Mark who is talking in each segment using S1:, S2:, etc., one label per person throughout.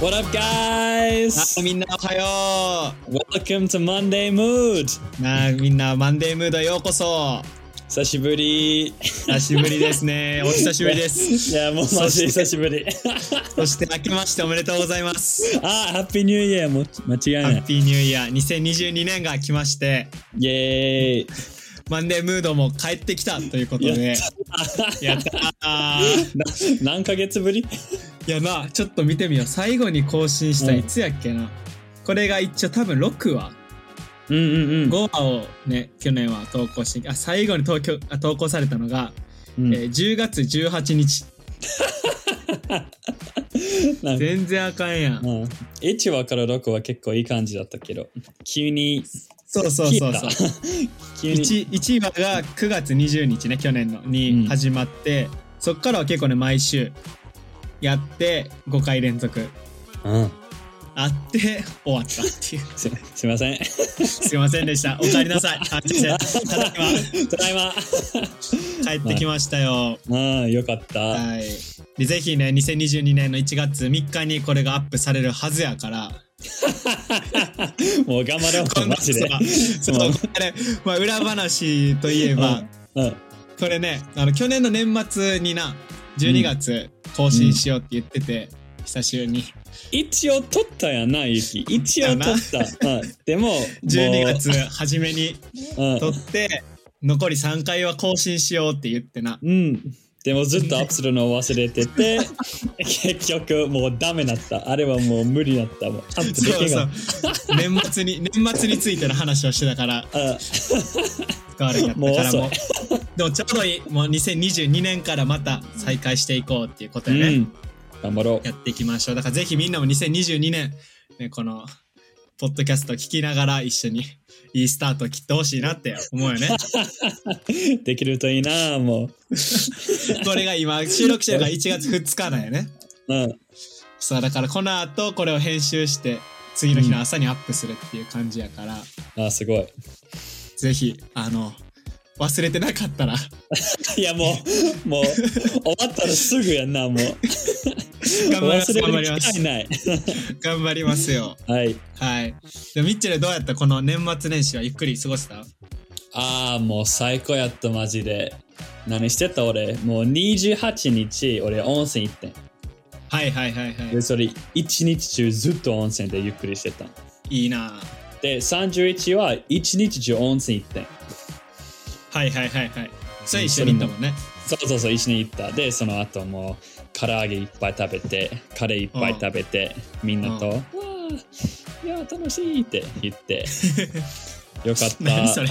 S1: What up, guys?
S2: あみんなおはよ
S1: Welcome to Monday Mood.
S2: うなあみんなマンデームードへようこそ
S1: 久しぶり。
S2: 久しぶりです ねお久しぶりです
S1: いや、もうマジで久しぶ り。
S2: そして明けましておめでとうございます
S1: あ、ハッピーニューイヤーも間違い
S2: ハ
S1: な
S2: ッ
S1: い。
S2: ピーニューイヤー2022年が来まして
S1: イェーイ。
S2: マンデームードも帰ってきたということでやったー
S1: な何ヶ月ぶり
S2: いやなちょっと見てみよう最後に更新した
S1: うん
S2: いつやっけな、これが一応多分6話
S1: うんうんうん。
S2: 5話をね去年は投稿してあ最後に投稿あ投稿されたのが、
S1: うん
S2: えー10月18日
S1: なんか
S2: 全然あかんやん
S1: うん、1話から6話結構いい感じだったけど、急に、
S2: そうそうそうそう
S1: 消えた 急に。
S2: 1, 1話が9月20日ね去年の
S1: うん
S2: に始まって、そっからは結構ね毎週やって5回連続
S1: うん、
S2: あって終わったっ ていう
S1: すすいません。
S2: すいませんでしたお帰りなさいあ違う違うただい
S1: ただい ま。
S2: ま帰ってきましたよ
S1: うん、よかった。
S2: はいでぜひね2022年の1月3日にこれがアップされるはずやから
S1: もう頑張ろ
S2: こ
S1: う、
S2: ん
S1: マ
S2: な
S1: ジで。
S2: そう
S1: うん
S2: これ、まあ、裏話といえば、
S1: うん、
S2: これねあの去年の年末にな12月更新しようって言ってて、久しぶりに
S1: 一応取ったやんな、ゆき。一応取った。うん、でも、
S2: 12
S1: もう
S2: 月初めに 撮って残り3回は更新しようって言ってな
S1: うん。うん。でもずっとアップするのを忘れてて、 結局もうダメだった。あれはもう無理だった。もうアップで
S2: そう
S1: き
S2: そ
S1: な
S2: う
S1: かっ
S2: 年末に年末についての話をしてたから
S1: た。うん
S2: 使われやったから
S1: もう
S2: もうでもちょうどいいもう2022年からまた再開していこうっていうこと
S1: う
S2: でね、
S1: ん。頑張ろ
S2: やっていきましょうだからぜひみんなも2022年、ね、このポッドキャスト聞きながら一緒にいいスタートを切ってほしいなって思うよね
S1: う。できるといいな、も
S2: これが今収録してるから1月2日だよね。
S1: う。うん。
S2: そうだからこの後これを編集して次の日の朝にアップするっていう感じやから、
S1: あ、すごい。
S2: ぜひあの忘れてなかっ たら
S1: いや、もう、もう、終わったらすぐやんな、もう。
S2: 頑張りま
S1: 忘
S2: す頑張
S1: れる
S2: りま
S1: 機会
S2: す
S1: ない。
S2: 頑張りますよ
S1: はい。
S2: はいでミッチェルどうやったこの年末年始はゆっくり過ごした
S1: ああ、もう最高やった、マジで。何してた俺、もう28日、俺温泉行ってん。
S2: はいはいはいは
S1: で、それ1日中ずっと温泉でゆっくりしてた。
S2: いいいな
S1: で、31は1日中温泉行ってん。
S2: はいはいはいはいそれ一緒に行ったもんね
S1: そうそうそう、一緒に行った。で、その後もう、唐揚げいっぱい食べて、カレーいっぱい食べて、みんなと、
S2: うん
S1: わあ、いや、楽しいって言 って。よかった。
S2: 何 それ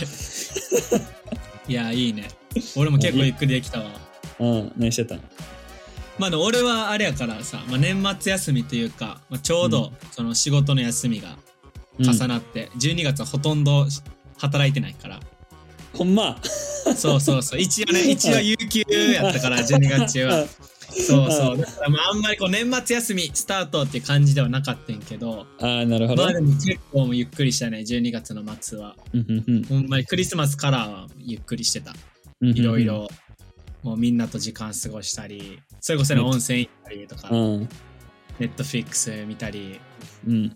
S2: いやいいね俺も結構ゆっくりできたわ
S1: うん、何してたの
S2: まあでも俺はあれやからさ、まあ、年末休みというか、まあ、ちょうどその仕事の休みが重
S1: うん
S2: なって、12月はほとんど働いてないから
S1: ほんま。
S2: そうそうそう一 応ね一応有給やったから12月中はそうそうだからまああんまりこう年末休みスタートっていう感じではなかったんけど
S1: ああ、なるほど。
S2: まあでも結構もうゆっくりしたね12月の末は
S1: うんうんうん
S2: ほんまにクリスマスからはゆっくりしてた
S1: うんうんうん
S2: いろいろもうみんなと時間過ごしたりそれこそね温泉行ったりとか、
S1: うん。
S2: ネットフィックス見たり
S1: うん。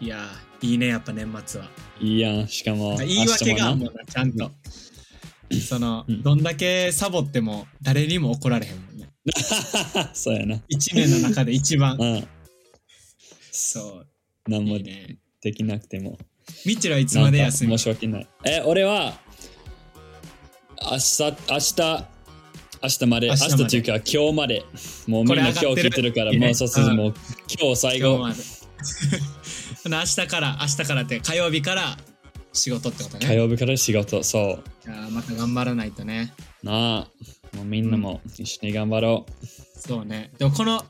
S2: いやーいいねやっぱ年末は。
S1: いいやん。しかも、
S2: 言い訳
S1: 明
S2: が
S1: 日
S2: もうなちゃんと。その、
S1: うん
S2: どんだけサボっても誰にも怒られへんもんね。
S1: な そうやな。
S2: 一年の中で 一番。
S1: うん。
S2: そう。
S1: 何
S2: い
S1: も
S2: いね。
S1: できなくても。
S2: ミッチェルはいつまで休
S1: なん
S2: み
S1: か申し訳ない。え、俺は、明日、明日、明日まで、
S2: 明
S1: 明
S2: 日ま
S1: 日
S2: で
S1: というか今日まで。もうみんな今日
S2: これ上がって
S1: 聞
S2: る
S1: いてるから、
S2: いいね
S1: もうそうそう、
S2: うん
S1: もう今日最
S2: 今日
S1: 後、
S2: まで。 ほな明日から、明日からって火曜日から仕事ってことね。
S1: 火曜日から仕事、そう。
S2: いやーまた頑張らないとね。
S1: なあ、もうみんなも一緒に頑張ろう。
S2: そうね。でもこの、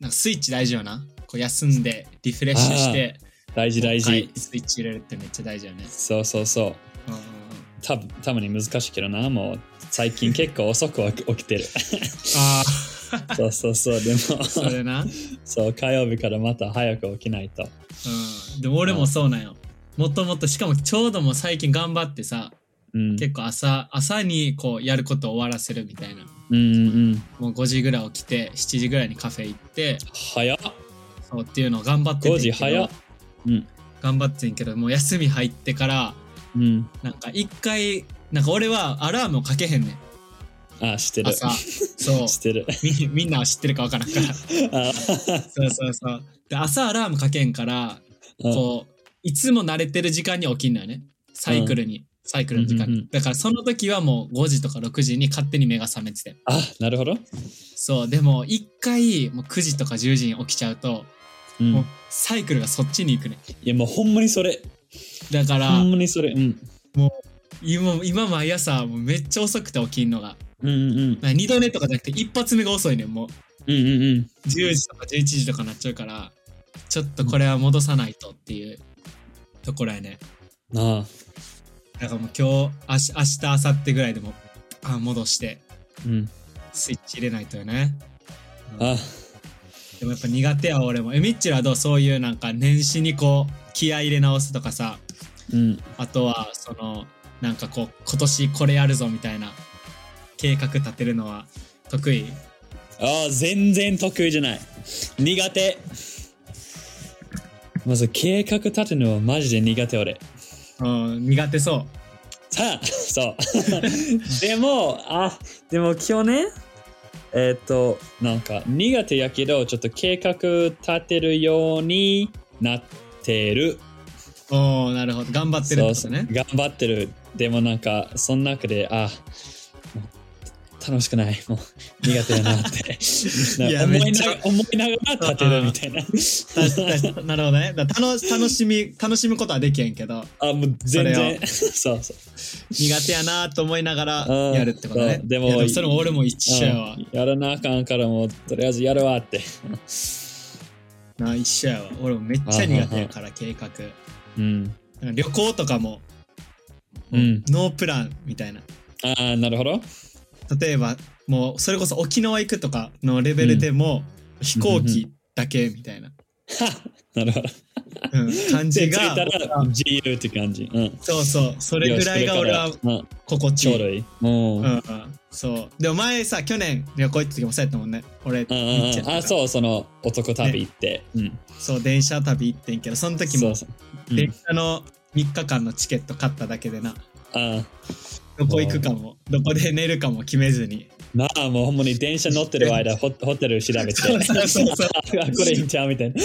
S2: なんかスイッチ大事よな。こう休んで、リフレッシュして、
S1: 大事大事。
S2: はいスイッチ入れるってめっちゃ大事よね。
S1: そうそうそう。
S2: うんうんうん
S1: たたまに難しいけどな、もう最近結構遅く起き起きてる。
S2: あ
S1: そうそうそう、でも、
S2: あ、それ な。
S1: そう、火曜日からまた早く起きないと。
S2: うん、でも俺もそうなんよ。もともとしかもちょうどもう最近頑張ってさ
S1: うん。
S2: 結構朝朝にこうやることを終わらせるみたいな
S1: うんうん。
S2: もう5時ぐらい起きて7時ぐらいにカフェ行って
S1: 早っ。
S2: そうっていうのを頑張って
S1: 5
S2: てんけ
S1: 時
S2: ど
S1: 早っ。うん。
S2: 頑張ってんけどもう休み入ってから
S1: うん。
S2: なんか一回なんか俺はアラームをかけへんねん
S1: あ、知ってる。
S2: 朝そう
S1: 知ってる。
S2: みみんなは知ってるか分からんからそ
S1: あ
S2: うそうそうで朝アラームかけんからこういつも慣れてる時間に起きんのよねサイクルに、サイクルの時間
S1: う
S2: に、
S1: んうんうん
S2: だからその時はもう5時とか6時に勝手に目が覚めてて
S1: あ、なるほど。
S2: そうでも一回もう9時とか10時に起きちゃうと、
S1: うん
S2: もう。サイクルがそっちに行くね
S1: いや、もうほんまにそれ。
S2: だから、
S1: ほんまにそれ。うん。
S2: 今今毎朝もうめっちゃ遅くて起きんのが
S1: うんうん
S2: 2度寝とかじゃなくて一発目が遅いねんもう
S1: うん。うんうんうん。
S2: 10時とか11時とかなっちゃうからちょっとこれは戻さないとっていうところやね
S1: ああ。
S2: だからもう今日明日明日明後日ぐらいでもあ戻して
S1: うん。
S2: スイッチ入れないとよね
S1: あ、
S2: でもやっぱ苦手や俺もえミッチェルはどうそういうなんか年始にこう気合い入れ直すとかさ
S1: うん。
S2: あとはそのなんかこう今年これやるぞみたいな計画立てるのは得意
S1: ああ、全然得意じゃない。苦手。まず計画立てるのはマジで苦手俺。
S2: うん苦手そう
S1: さあ、そう。でも、あ、でも今日ね、えっ、と、なんか苦手やけど、ちょっと計画立てるようになってる。
S2: おおなるほど頑張ってるんですね
S1: そうそう頑張ってるでもなんかその中であもう楽しくないもう苦手だなって
S2: いや
S1: 思
S2: め
S1: いな
S2: っちゃ
S1: がら思いながら立てるみたいな
S2: 確かに確かになるほどねだから楽し楽しみ楽しむことはできへんけど
S1: あもう全 然そうそう
S2: 苦手やなと思いながら
S1: うん
S2: やるってことね
S1: そうでも
S2: いやでもそれも俺も一緒やわ
S1: うんやらなあかんからもうとりあえずやるわって
S2: な一緒やわ俺もめっちゃ苦手やから計画
S1: うん
S2: なんか旅行とかも、
S1: うん
S2: ノープランみたいな
S1: ああなるほど
S2: 例えばもうそれこそ沖縄行くとかのレベルでも、飛行機だけみたいな、
S1: なるほど
S2: うん、感
S1: 手
S2: じ
S1: つい
S2: が
S1: たら自由って感じうん
S2: そうそうそれぐらいが俺は
S1: よしこれからうん
S2: 心地
S1: ちょ
S2: い
S1: う
S2: い
S1: どいいもう
S2: うんうん、そう。でも前さ、去年旅行行った時もそうやったもんね。俺、
S1: うんうん
S2: みっ
S1: う
S2: ちゃん
S1: ん
S2: とか
S1: あそうその男旅行ってうん
S2: そう、電車旅行ってんけど、その時
S1: そ
S2: も
S1: うそううん
S2: 電車の3日間のチケット買っただけでな、
S1: あ
S2: どこ行くかも、どこで寝るかも決めずに。
S1: なあもうほんまに電車乗ってる間ホホテル調べて
S2: そう そうそうそう
S1: あこれいいんちゃうみたいな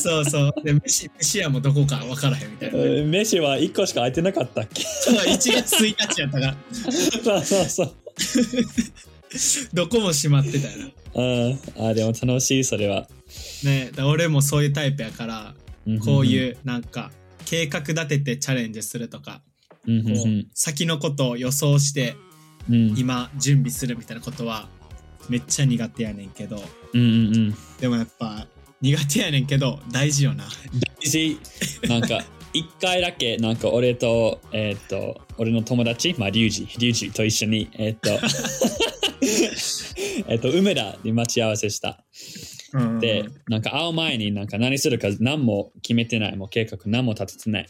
S2: そうそう。で、飯、飯屋もどこか分からへんみたいな。
S1: え飯は1個しか空いてなかったっけ
S2: そう、1月1日やったから、
S1: そうそうそう
S2: どこも閉まってたよな。
S1: うんあでも楽しいそれは
S2: ねだから俺もそういうタイプやから、こう
S1: う
S2: いうなんか、計画立ててチャレンジするとか、
S1: んうん
S2: こう先のことを予想して、
S1: うんうん
S2: 今準備するみたいなことはめっちゃ苦手やねんけど
S1: うんうん
S2: でもやっぱ苦手やねんけど大事よな
S1: しなんか一回だけなんか俺とえーっと俺の友達まあリュウジリュウジと一緒にえーっと えーっと梅田で待ち合わせしたで、なんか会う前になんか何するか何も決めてない、もう計画何も立ててない。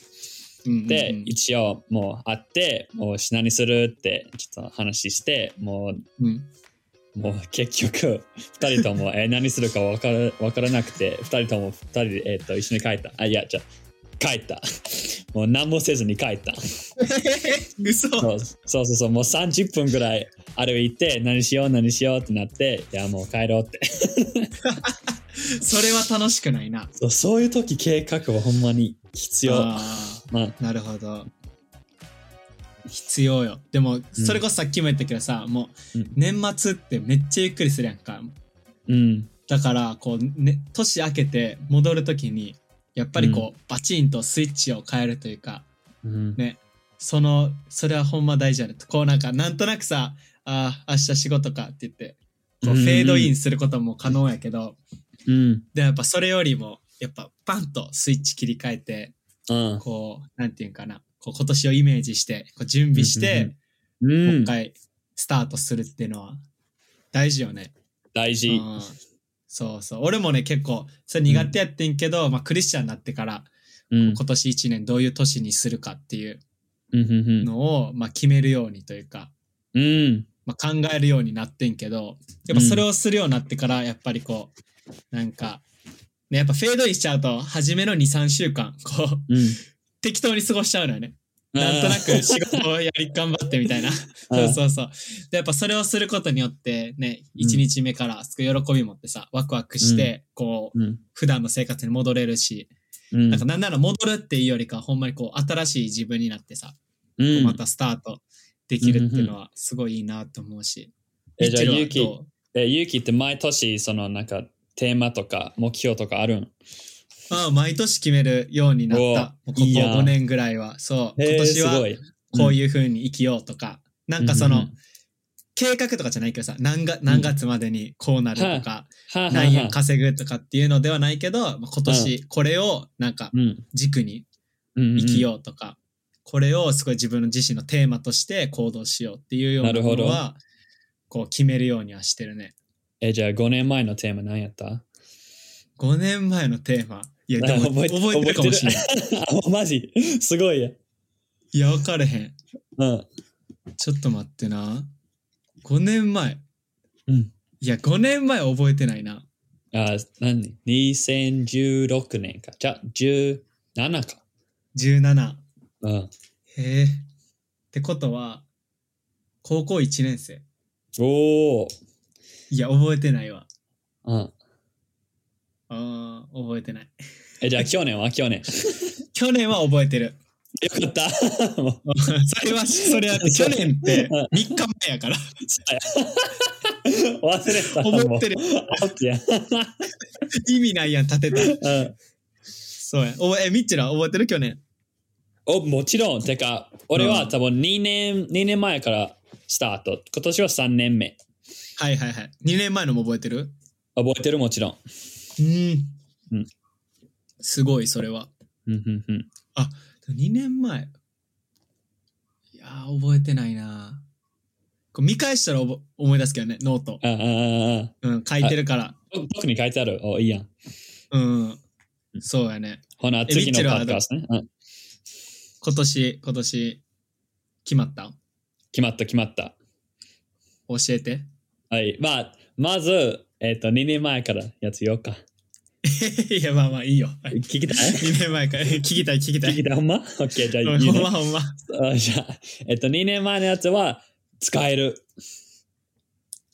S1: で、
S2: で
S1: 一応もう会って、もうし何するってちょっと話して、も
S2: うん
S1: う、もう結局、二人とも、え、何するか分から分からなくて、二人とも二人で、えっと一緒に帰った。あ、いや、じゃあ帰った。もう何もせずに帰った。
S2: 嘘
S1: そうそうそうそう、もう30分ぐらい歩いて、何しよう何しようってなって、いや、もう帰ろうって。
S2: それは楽しくないな
S1: そうそういう時計画はほんまに必要。
S2: あ
S1: まあ
S2: ーなるほど必要よでもそれこそさっきも言ったけどさ、もう
S1: うん
S2: 年末ってめっちゃゆっくりするやんか
S1: うん。
S2: だからこう、ね、年明けて戻るときにやっぱりこう、バチンとスイッチを変えるというか
S1: うん
S2: ねそのそれはほんま大事やねこうなんかなんとなくさあー明日仕事かって言って
S1: うん
S2: こう
S1: う
S2: フ
S1: ん
S2: ェードインすることも可能やけど、
S1: うん。
S2: でやっぱそれよりもやっぱパンとスイッチ切り替えて
S1: うん。
S2: こうなんていうんかなこう今年をイメージしてこう準備し
S1: うん
S2: て、
S1: う
S2: もうん一。回スタートするっていうのは大事よね。
S1: 大
S2: う
S1: 事。
S2: ん、そうそう俺もね結構それ苦手やってんけど、まあ、クリスチャンになってから
S1: うん。
S2: 今年1年どういう年にするかっていう
S1: うん。うん
S2: のを、まあ、決めるようにというか
S1: うん。
S2: まあ、考えるようになってんけど、やっぱそれをするようになってから、やっぱりこう、なんか、ね、やっぱフェードインしちゃうと、初めの2、3週間、こう、
S1: うん。
S2: 適当に過ごしちゃうのよね。なんとなく仕事をやり頑張ってみたい
S1: あ
S2: な。そ
S1: ー
S2: う そうそう。で、やっぱそれをすることによって、ね、1日目からすごい喜び持ってさ、ワクワクして、こ
S1: う
S2: う、
S1: ん。
S2: 普段の生活に戻れるし、
S1: うん。
S2: なんかなんなら戻るっていうよりか、ほんまにこう、新しい自分になってさ、
S1: うん、
S2: またスタートできるっていうのはすごいいいなと思うし。
S1: え、じゃあ、
S2: ミ
S1: ゆう
S2: ッチェルは
S1: き、
S2: どう
S1: え、ゆうきって毎年、その、なんか、テーマとか、目標とかあるん
S2: まあ、毎年決めるようになっ
S1: お
S2: た。もうここ
S1: いいやん
S2: 5年ぐらいは。そう。
S1: へ
S2: 今
S1: ー
S2: 年
S1: す
S2: は
S1: ごい。
S2: こういう風に生きようとか。なんかそ
S1: うんう
S2: の
S1: ん、
S2: 計画とかじゃないけどさ、何が何月までにこうなるとか、
S1: はあはあ
S2: 何円
S1: はあ
S2: 稼ぐとかっていうのではないけど、まあ今年これをなんか
S1: うん
S2: 軸に
S1: うんうん
S2: 生きようとか、これをすごい自分の自身のテーマとして行動しようっていうような
S1: なるほ
S2: も
S1: ど
S2: のは、こう決めるようにはしてるね。
S1: え、じゃあ、5年前のテーマ何やった
S2: 5年前のテーマ。いや、で
S1: あ
S2: も
S1: 覚
S2: 覚
S1: え
S2: え
S1: て
S2: てるかもしれない。
S1: あ、マジすごいや。
S2: いや、わかれへん。
S1: うん。
S2: ちょっと待ってな。5年前。
S1: うん。
S2: いや、5年前覚えてないな。
S1: あ、何 ?2016 年か。じゃあ、17か。
S2: 17。
S1: うん。
S2: へえ。ってことは、高校1年生。
S1: おお。
S2: いや、覚えてないわ。
S1: うん。
S2: あー覚えてない。
S1: え、じゃあ、去年は去年。
S2: 去年は覚えてる。
S1: よかった。 もう
S2: それは、それは、去年って3日前やから。
S1: 忘れてた。
S2: 覚えて
S1: る。
S2: る。
S1: オッケー。
S2: 意味ないやん、立てた。
S1: うん
S2: そうや。おえ、ミッチェルは覚えてる去年。
S1: おもちろん、てか、俺
S2: う
S1: は
S2: ん
S1: 多分2年、二年前からスタート。今年は3年目。
S2: はいはいはい。2年前のも覚えてる
S1: 覚えてるもちろん。
S2: うん。
S1: うん
S2: すごい、それは。
S1: うんうんうん
S2: 2年前。いやー、覚えてないなこう見返したらおぼ思い出すけどね、ノート。
S1: あああああ
S2: うん、書いてるから。
S1: あ。僕に書いてある。お、いいやん。
S2: うん。そうやね。
S1: ほな、
S2: え
S1: 次の
S2: ミッチェル
S1: パ
S2: は
S1: ッドキャストね。うん
S2: 今年、今年、決まった
S1: 決まった、決まった。
S2: 教えて。
S1: はい。まあ、まず、えっ、と、2年前からやつ言おうか。
S2: いや、まあまあいいよ。
S1: 聞きた い
S2: 2年前から。聞きたい、聞きた
S1: 聞
S2: い
S1: き。たいほんま ?OK、じゃあ
S2: う
S1: 言
S2: ん
S1: うね
S2: ほんまほんま。
S1: あじゃあ、えっ、と、2年前のやつは、使える。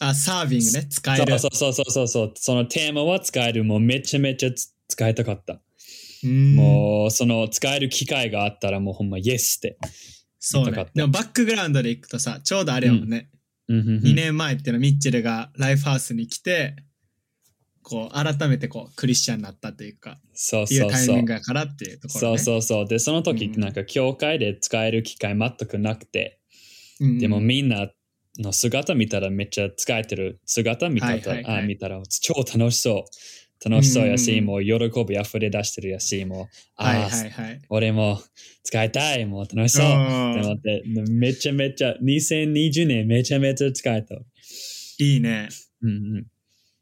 S2: あ、サービングね。使え
S1: そ
S2: る。
S1: うそうそうそうそうそう。そのテーマは使える。もうめちゃめちゃつ使いたかった。
S2: うん
S1: もう、その使える機会があったらもうほんまイエスって。
S2: そう
S1: 見たか
S2: ね
S1: った。
S2: でもバックグラウンドで行くとさ、ちょうどあれやもんね。
S1: うんうんうん
S2: 2年前っていうのはミッチェルがライフハウスに来て、こう、改めてこう、クリスチャンになったというか、
S1: そう
S2: い
S1: そうう
S2: タイ
S1: そ
S2: ミン
S1: う
S2: グ。やからっていうところ、
S1: そう
S2: ね。う
S1: そうそう。で、その時、
S2: うん
S1: なんか、教会で使える機会全くなくて、
S2: そう。ん、
S1: でもみんなの姿見たらめっちゃ使えてる姿見た,、ら
S2: はいはいは
S1: あ
S2: い
S1: 見たら超楽しそう。楽しそうやし、
S2: うん
S1: もう喜び溢れ出してるやし、もう、あ
S2: はい
S1: あ、
S2: はいはい。
S1: 俺も使いたい、もう楽しそう。って思
S2: そ
S1: って、めちゃめちゃ、2020年めちゃめちゃ使えた。うん
S2: うん。いいね。
S1: うん。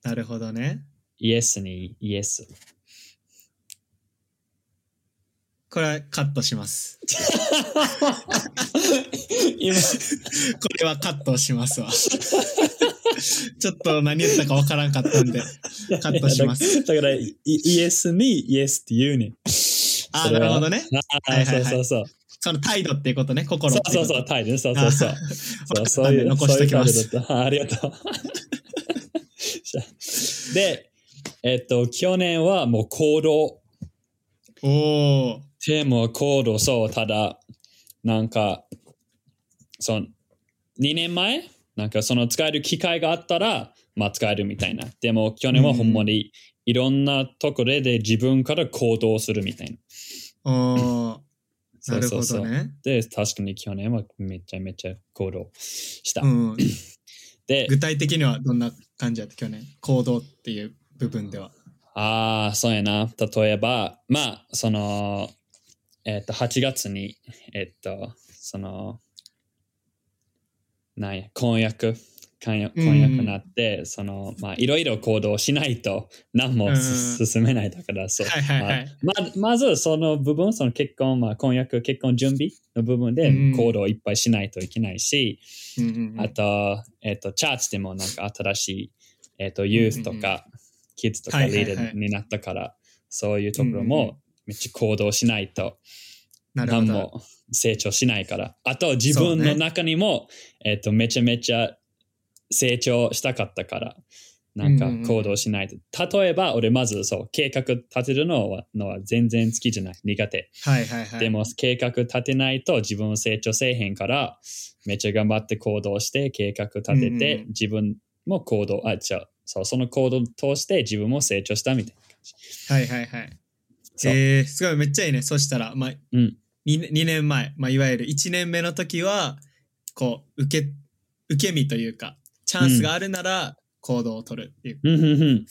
S2: なるほどね。
S1: イエスにイエス。
S2: これはカットします。
S1: 今、
S2: これはカットしますわ。 ちょっと何言ったかわからんかったんで、カットします。
S1: だから、イイエスにイエスって言うねん。
S2: あ
S1: そ
S2: あ、
S1: れ
S2: な
S1: は
S2: るほどね。
S1: あ
S2: は
S1: あ、
S2: いは
S1: そ
S2: いうはい
S1: そうそう。
S2: その態度っていうことね、心
S1: そ
S2: っ
S1: う
S2: てい
S1: そう
S2: こと
S1: そう、タイル。そうそうそう。そうそういう、
S2: 残しときます
S1: そういう態度だったあありがとう。 で、えっと、去年はもう行動。
S2: おお。
S1: テーマは行動、そう、ただ、なんか、その、2年前なんかその使える機会があったら、まあ使えるみたいな。でも去年はほんまにいろんなところで自分から行動するみたいな。
S2: おー
S1: そ
S2: な
S1: う
S2: る
S1: そ
S2: ほ
S1: うそう
S2: どね。
S1: で、確かに去年はめちゃめちゃ行動した。
S2: うん。
S1: で、
S2: 具体的にはどんな感じやった去年行動っていう部分では。
S1: ああ、そうやな。例えば、まあ、その、えっと、8月に、えっと、その、なんや、婚約来な
S2: うん
S1: 来なくなって、そのまあいろいろ行動しないと何もす
S2: うん
S1: 進めないだからそう、
S2: はいはいはい
S1: まあままずその部分その結婚、まあ、婚約結婚準備の部分で
S2: うん
S1: 行動をいっぱいしないといけないし、
S2: うんうんうん
S1: あと,、えっとチャーチでもなんか新しい、えっとユースと
S2: うんうん
S1: か、キッズとか
S2: はいはいは
S1: リ
S2: い
S1: ーダーになったから、そういうところ
S2: うんうん
S1: もめっちゃ行動しないと。
S2: なるほ
S1: 何
S2: ど。
S1: も成長しないから。あと自
S2: そう
S1: 分
S2: ね
S1: の中にも、えっとめちゃめちゃ成長したかったから、なんか
S2: うんうんうん
S1: 行動しないと。例えば俺まずそう計画立てるのはのは全然好きじゃない苦手。
S2: はいはいはい。
S1: でも計画立てないと自分を成長せえへんから、めっちゃ頑張って行動して計画立て
S2: うん
S1: て
S2: うん
S1: 自分も行動、あ、違う。そう、その行動を通して自分も成長したみたいな感じ。
S2: はいはいはい。
S1: そう
S2: えー、すごいめっちゃいいね。そしたら、まあ、
S1: うん
S2: 二2、年前、まあ、いわゆる1年目の時は、こう、受け、受け身というか、チャンスがあるなら行動を取るっていう。
S1: うんうんうん。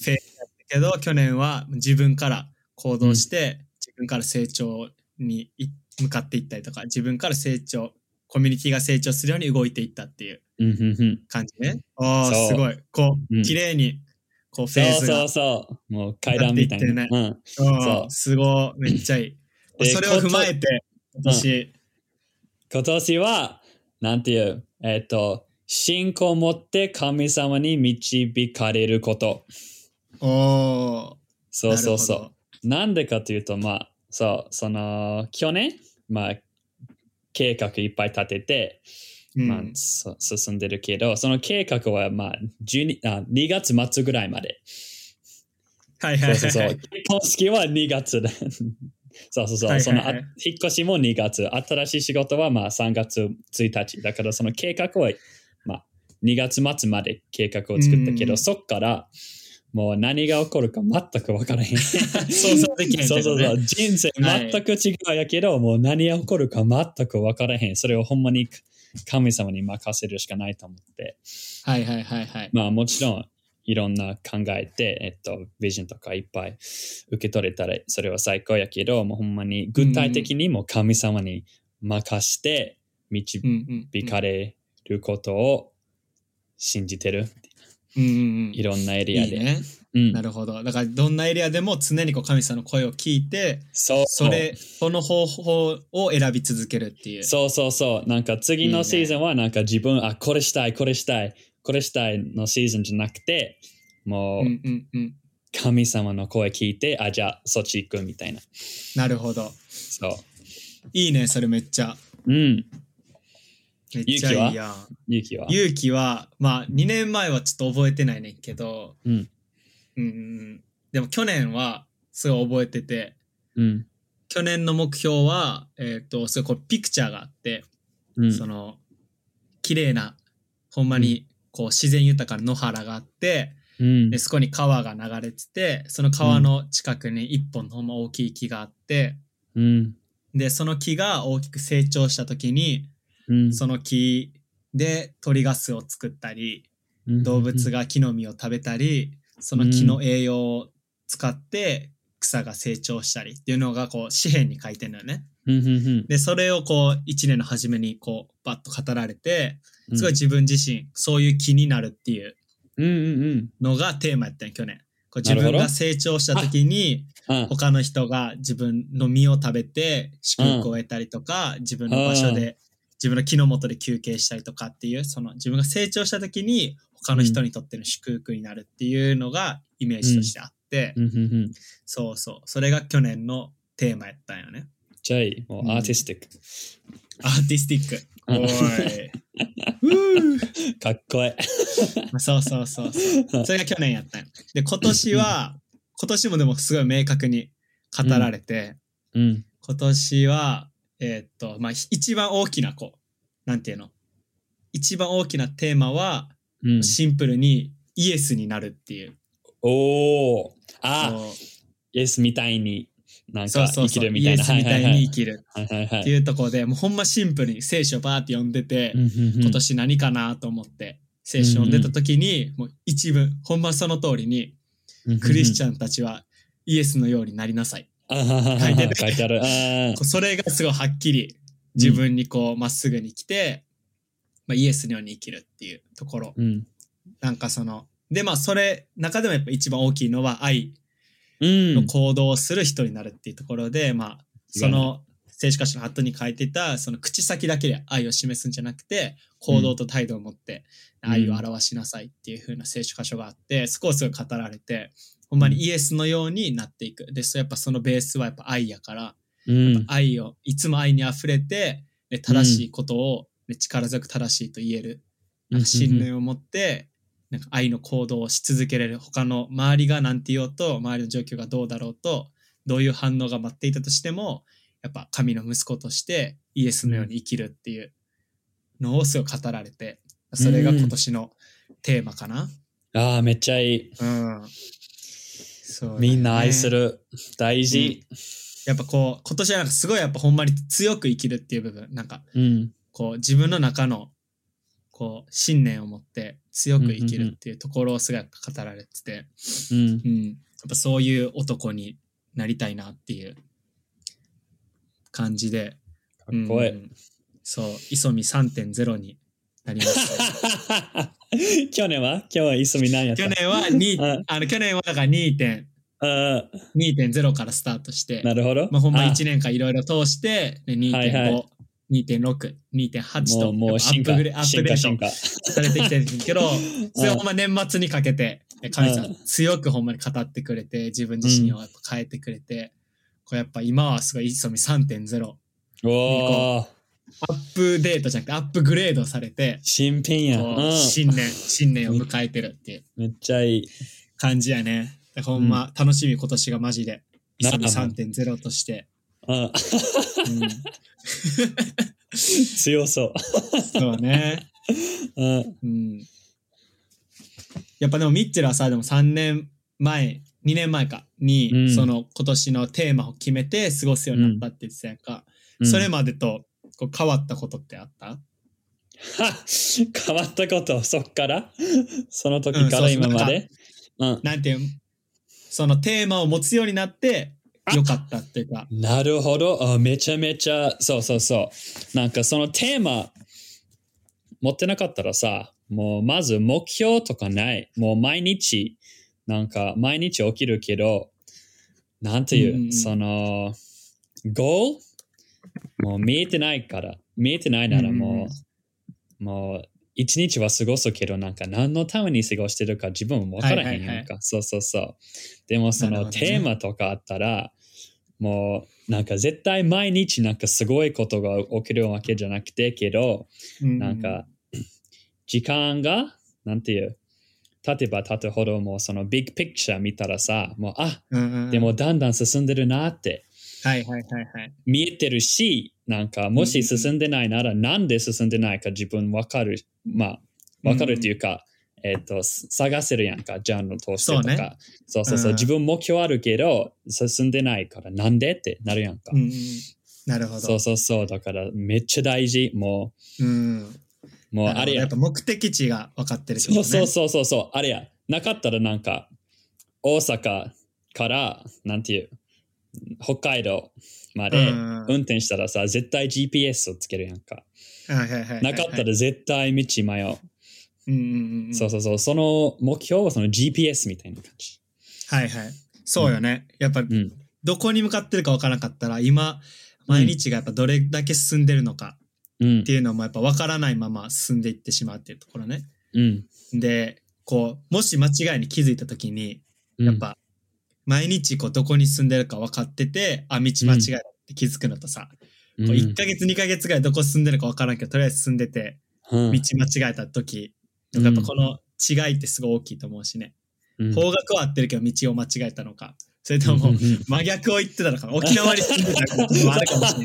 S2: けど、去年は自分から行動して、自分から成長にい向かっていったりとか、自分から成長、コミュニティが成長するように動いていったっていう
S1: うんうんうん。
S2: 感じね。ああ、
S1: そう
S2: すごい。こ
S1: う
S2: う、
S1: ん
S2: 綺麗に、こう、フ
S1: そう
S2: ェーズ
S1: そ
S2: が
S1: う。そう。もう階段みたいな。
S2: なっ
S1: うん。
S2: そ
S1: そうう
S2: すごい、めっちゃ いい。
S1: で
S2: それを踏まえて、今年、
S1: 今年は、なんていう、えっ、と、信仰を持って神様に導かれること。
S2: おー、
S1: そうそう
S2: なる
S1: そ
S2: ほ
S1: う。なんでかというと、まあ、そう、その、去年、まあ、計画いっぱい立てて、
S2: ど。
S1: まあ
S2: うん、
S1: そ進んでるけど、その計画は、まあ、12あ2月末ぐらいまで。
S2: はいはい
S1: そ
S2: は
S1: う
S2: い。
S1: そう そう。結婚式は2月だ。 そうそうそう。
S2: はいはいはい
S1: そのあ引っ越しも2月。新しい仕事はまあ3月1日。だからその計画は、まあ、2月末まで計画を作ったけ
S2: うんう
S1: ど、
S2: ん
S1: そっからもう何が起こるか全く分からへん。
S2: 想像できないけど
S1: そ
S2: ね
S1: うそうそう。人生全く違うやけど、もう何が起こるか全く分からへん。それをほんまに神様に任せるしかないと思って。
S2: はいはいはいはい。
S1: まあもちろんいろんな考えて、えっと、ビジョンとかいっぱい受け取れたらそれは最高やけど、もうほんまに具体的にもう神様に任して導
S2: うんうん。
S1: かれることを信じてる。
S2: うんうん
S1: いろんなエ
S2: うん。
S1: リア
S2: いい
S1: で。
S2: ね。
S1: うん
S2: な、るほど。だから、どんなエリアでも常にこう神様の声を聞いて、
S1: そう
S2: それ、その方法を選び続けるっていう。
S1: そうそうそう。なんか次のシーズンはなんか自分、あ、これしたい、これしたい、これしたいのシーズンじゃなくて、もう
S2: う
S1: ん
S2: うんうん。
S1: 神様の声聞いて、あ、じゃあそっち行くみたいな。
S2: なるほど。
S1: そ
S2: いいね、それめっちゃ。
S1: う。うん。
S2: めっちゃいいやん。
S1: 勇気は
S2: 勇気は、まあ、2年前はちょっと覚えてないねんけど、
S1: うん。
S2: うんうんうん。でも去年は、すごい覚えてて、
S1: うん。
S2: 去年の目標は、えっ、と、すごいこうピクチャーがあって、
S1: うん。
S2: その、綺麗な、ほんまに、こう、自然豊かな野原があって、
S1: うん
S2: で、。そこに川が流れてて、その川の近くに一本のほんま大きい木があって、
S1: うん。
S2: で、その木が大きく成長した時に、
S1: うん
S2: その木で鳥ガスを作ったり、動物。が木の実を食べたり、その木の栄養を使って草が成長したりっていうのがこう紙幣に書いてんだよね。
S1: うんうんうん
S2: で、それをこう一年の初めにこうバッと語られて、
S1: うん
S2: すごい自分自身そういう気になるっていう
S1: うんうんうん。
S2: のがテーマやったんよ去年。
S1: な
S2: こう自
S1: るほど
S2: 分が成長した時に
S1: あ
S2: 他の人が自分の実を食べて祝福を得たりとか、自分の場所で自分の木の元で休憩したりとかっていうその自分が成長した時に他の人にとっての祝福になるっていうのがイメージとしてあって、
S1: うんうんうん。
S2: そうそうそれが去年のテーマやったんよ ね
S1: じゃあいい。もうアーティスティック。
S2: アーティスティック
S1: うん
S2: おいうー
S1: かっこいい。
S2: そうそうそうそうそれが去年やったんよで今年は今年もでもすごい明確に語られて、
S1: うん。
S2: 今年は、えーっと、まあ、ひ一番大きな、こう、なんていうの一番大きなテーマは、
S1: うん。
S2: シンプルにイエスになるっていう。
S1: おー。
S2: そ
S1: あ、
S2: う
S1: イエスみたいに、なん
S2: そう
S1: か
S2: そう
S1: 生
S2: そ
S1: き
S2: う
S1: るみ
S2: イ
S1: たい
S2: エ
S1: な。
S2: ス
S1: はい
S2: み
S1: は
S2: た
S1: い
S2: い
S1: は
S2: に
S1: い。
S2: 生きる
S1: はいはいは
S2: っ
S1: い
S2: ていうところで、もうほんまシンプルに聖書バーって読んでて、
S1: うんうんうん
S2: 今年何かなと思って、聖書読んでた時に、もう一文、ほんまその通りに、クリスチ
S1: ャン。
S2: ャンたちはイエスのようになりなさい。
S1: あははは
S2: 書いて
S1: は
S2: る
S1: 書いてある。あー
S2: こうそれがすごいはっきり自分にこうまっすぐに来て、まあ、イエスのように生きるっていうところ
S1: うん。
S2: なんかその、で、まあ、それ、中でもやっぱ一番大きいのは愛
S1: う
S2: の
S1: ん。
S2: 行動をする人になるっていうところで、まあ、その、政治家のハットに書いてた、その口先だけで愛を示すんじゃなくて、行動と態度を持って
S1: うん
S2: 愛を表しなさいっていう風な聖書箇所があって、そこをすごい語られて、ほんまにイエスのようになっていく。で、そうやっぱそのベースはやっぱ愛やから、
S1: うん。
S2: 愛を、いつも愛に溢れて、ね正しいことを、ね力強く正しいと言える。なんか信念を持って、なんか愛の行動をし続けられる。他の周りが何て言おうと、周りの状況がどうだろうと、どういう反応が待っていたとしても、やっぱ神の息子としてイエスのように生きるっていうのをすごい語られて、それが今年のテーマかな。
S1: ああ、めっちゃいい。
S2: うん。そうだね
S1: みんな愛する。大事。
S2: やっぱこう、今年はなんかすごいやっぱほんまに強く生きるっていう部分、なんか
S1: うん。
S2: こう自分の中のこう信念を持って強く生きるっていうところをすごい語られてて、
S1: うん。
S2: うん、やっぱそういう男になりたいなっていう感じで。
S1: かっこいい。
S2: うんそう、磯見3.0になりま した。
S1: 去年は今日は磯見何やった
S2: 去年は2
S1: うん、
S2: あの去年はだから2点
S1: あー
S2: 2.0からスタートして、
S1: なるほど。
S2: まあ、ほんま
S1: あ
S2: 1年間いろいろ通して、ね、2.5、
S1: はいはい
S2: 2.6、2.8
S1: も
S2: と
S1: う、も
S2: やっ
S1: う
S2: ぱアッ
S1: 進
S2: プ
S1: 化
S2: グレ、アップ
S1: 進
S2: デ
S1: 化、
S2: ー
S1: 進
S2: ト
S1: 化。
S2: されてきてるんですけど、それを
S1: うん
S2: ほんま年末にかけて、神さ
S1: うん
S2: 強くほんまに語ってくれて、自分自身をやっぱ変えてくれて、こうやっぱ今はすごい磯見3.0、
S1: おお、
S2: アップデートじゃなくてアップグレードされて、
S1: 新品やん。
S2: こ
S1: う
S2: うん新年、新年を迎えてるっていう
S1: めっちゃいい。
S2: 感じやね。だからほんま楽しみ今年がマジで、磯見
S1: なん
S2: 3.0として。
S1: うん、
S2: うん
S1: 強そう。
S2: そうね。
S1: うん、
S2: うん。やっぱでもミッチェルはさ、でも3年前、2年前かに、
S1: うん
S2: その今年のテーマを決めて過ごすようになったって言ってたやんか。それ
S1: も。
S2: までとこう変わったことってあった、
S1: 変わったこと、そっから その
S2: う
S1: 時
S2: ん
S1: か
S2: そう
S1: ら
S2: そう
S1: 今まで。うん、
S2: なんていうんそのテーマを持つようになって
S1: あ
S2: よかったっていうか。
S1: なるほどあ。めちゃめちゃ、そうそうそう。なんかそのテーマ持ってなかったらさ、もうまず目標とかない。もう毎日、なんか毎日起きるけど、なんていう、
S2: うんうん
S1: その、ゴールもう見えてないから、見えてないならもう、
S2: うんうん
S1: もう一日は過ごすけど、なんか何のために過ごしてるか自分も分からへんやんか。
S2: はいはい
S1: そうそうそう。でもそ
S2: なる
S1: の
S2: ほどね
S1: テーマとかあったら、もうなんか絶対毎日なんかすごいことが起きるわけじゃなくてけど、なんか時間が、なんていう、経てば経つほどもうそのビッグピクチャー見たらさ、もうあ、
S2: うんうん、
S1: でもだんだん進んでるなって
S2: はいはいはいはい。
S1: 見えてるし、なんかもし進んでないならなんで進んでないか自分わかる、まあわかるっていうか、えっ、と、す探せるやんか、ジャンルを通してとか。
S2: そうね
S1: そうそうそう、
S2: うん
S1: 自分目標あるけど、進んでないから、なんでってなるやんか。
S2: うんうん、なるほど。
S1: そうそうそう、だからめっちゃ大事。も
S2: うん、
S1: う、もう
S2: なるほど
S1: あれ
S2: や
S1: や
S2: っ。ぱ目的地が分かってるってこと
S1: そう
S2: ね。
S1: そうそうそうそう、あれや。なかったらなんか、大阪から、なんていう、北海道まで
S2: うん
S1: 運転したらさ、絶対 GPS をつけるやんか。
S2: はいはいはいはい
S1: なかったら絶対道迷う。
S2: うんうんうん、
S1: そうそうそう、その目標はその GPS みたいな感じ。
S2: はいはい。そうよね。やっぱ、
S1: ん
S2: どこに向かってるか分からなかったら、今、毎日がやっぱどれだけ進んでるのか
S1: うん
S2: っ。ていうのもやっぱ分からないまま進んでいってしまうっていうところね。
S1: うん。
S2: で、こう、もし間違いに気づいた時に、やっぱ、毎日こうどこに進んでるか分かってて、あ、道間違いだって気づくのとさ、
S1: うん、
S2: こう1ヶ月2ヶ月ぐらいどこ進んでるか分からんけど、とりあえず進んでて、
S1: うん
S2: 道間違えた時、
S1: うん
S2: やっぱこの違いってすごい大きいと思うしね。
S1: うん
S2: 方角は合ってるけど道を間違えたのか、それとも
S1: うんうんうん
S2: 真逆を言ってたのかな沖縄に住んでたこともあるかもし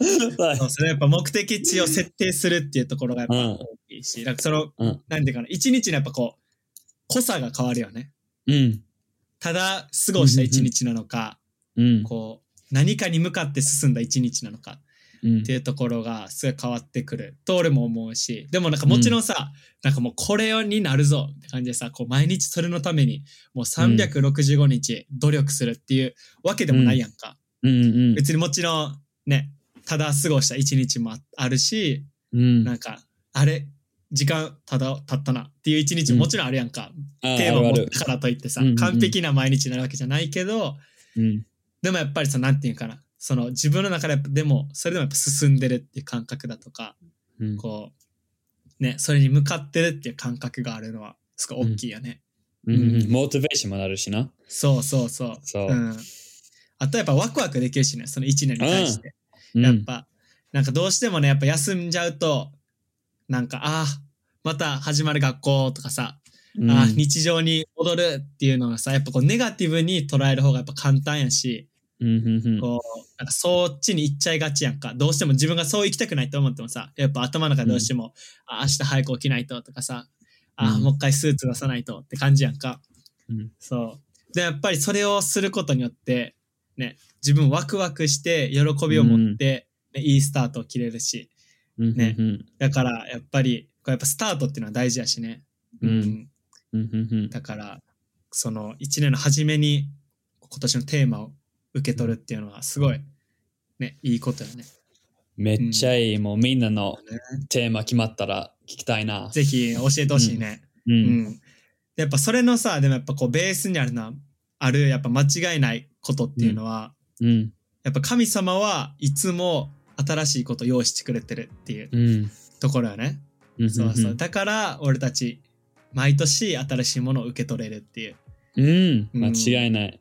S2: れない
S1: はい
S2: そうそれはやっぱ目的地を設定するっていうところがやっぱ
S1: うん
S2: 大きいし、なんかその、
S1: うん
S2: なんていうかな一日のやっぱこう濃さが変わるよね
S1: うん。
S2: ただ過ごした一日なのか、
S1: うん。
S2: こう何かに向かって進んだ一日なのか
S1: うん
S2: っていうところがすごい変わってくると俺も思うしでもなんかもちろんさ、なんかもうこれになるぞって感じでさこう毎日それのためにもう365日努力するっていうわけでもないやんか、
S1: うん。
S2: 別にもちろんねただ過ごした一日もああるし
S1: うん。
S2: なんかあれ時間ただ経ったなっていう一日
S1: うん
S2: もちろんあるやんか、
S1: あ
S2: テ
S1: あ
S2: ー
S1: る
S2: マ
S1: あ
S2: 持っ
S1: る
S2: たからといってさ、
S1: うんうんうん
S2: 完璧な毎日になるわけじゃないけど
S1: うん
S2: でもやっぱりさなんていうかなその自分の中でやっぱでもそれでもやっぱ進んでるっていう感覚だとか
S1: うん
S2: こうねそれに向かってるっていう感覚があるのはすごい大きいよね、
S1: うんうんモチベーションもなるしな
S2: そうそうそう
S1: そう、
S2: ん、あとやっぱワクワクできるしねその1年に対して、
S1: うん
S2: やっぱ、なんかどうしてもね、やっぱ休んじゃうと、なんか、ああ、また始まる学校とかさ、
S1: うん
S2: ああ、日常に戻るっていうのがさ、やっぱこうネガティブに捉える方がやっぱ簡単やし、
S1: うんうんうん
S2: こう、なんかそっちに行っちゃいがちやんか。どうしても自分がそう行きたくないと思ってもさ、やっぱ頭の中でどうしても、ああ、明日早く起きないととかさ、ああ、
S1: うん
S2: もう一回スーツ出さないとって感じやんか。
S1: うん
S2: そう。で、やっぱりそれをすることによって、ね、自分ワクワクして、喜びを持って、ねいいスタートを切れるし、
S1: うん
S2: ね
S1: うん
S2: だから、やっぱり、こうやっぱスタートっていうのは大事やしね。
S1: うんうんうんうん
S2: だから、その、一年の初めに、今年のテーマを受け取るっていうのは、すごい、ね、いいことよね。
S1: めっちゃいい、もうみんなの
S2: ね
S1: テーマ決まったら聞きたいな。
S2: ぜひ、教えてほしいね。
S1: う
S2: うん
S1: ん。
S2: でやっぱ、それのさ、でもやっぱ、こう、ベースにあるのは、ある、やっぱ、間違いないことっていうのは、
S1: うん。
S2: やっぱ神様はいつも新しいことを用意してくれてるっていう
S1: うん。
S2: ところよね。
S1: うん。
S2: そうそう。だから俺たち毎年新しいものを受け取れるっていう。
S1: うん。間違いない。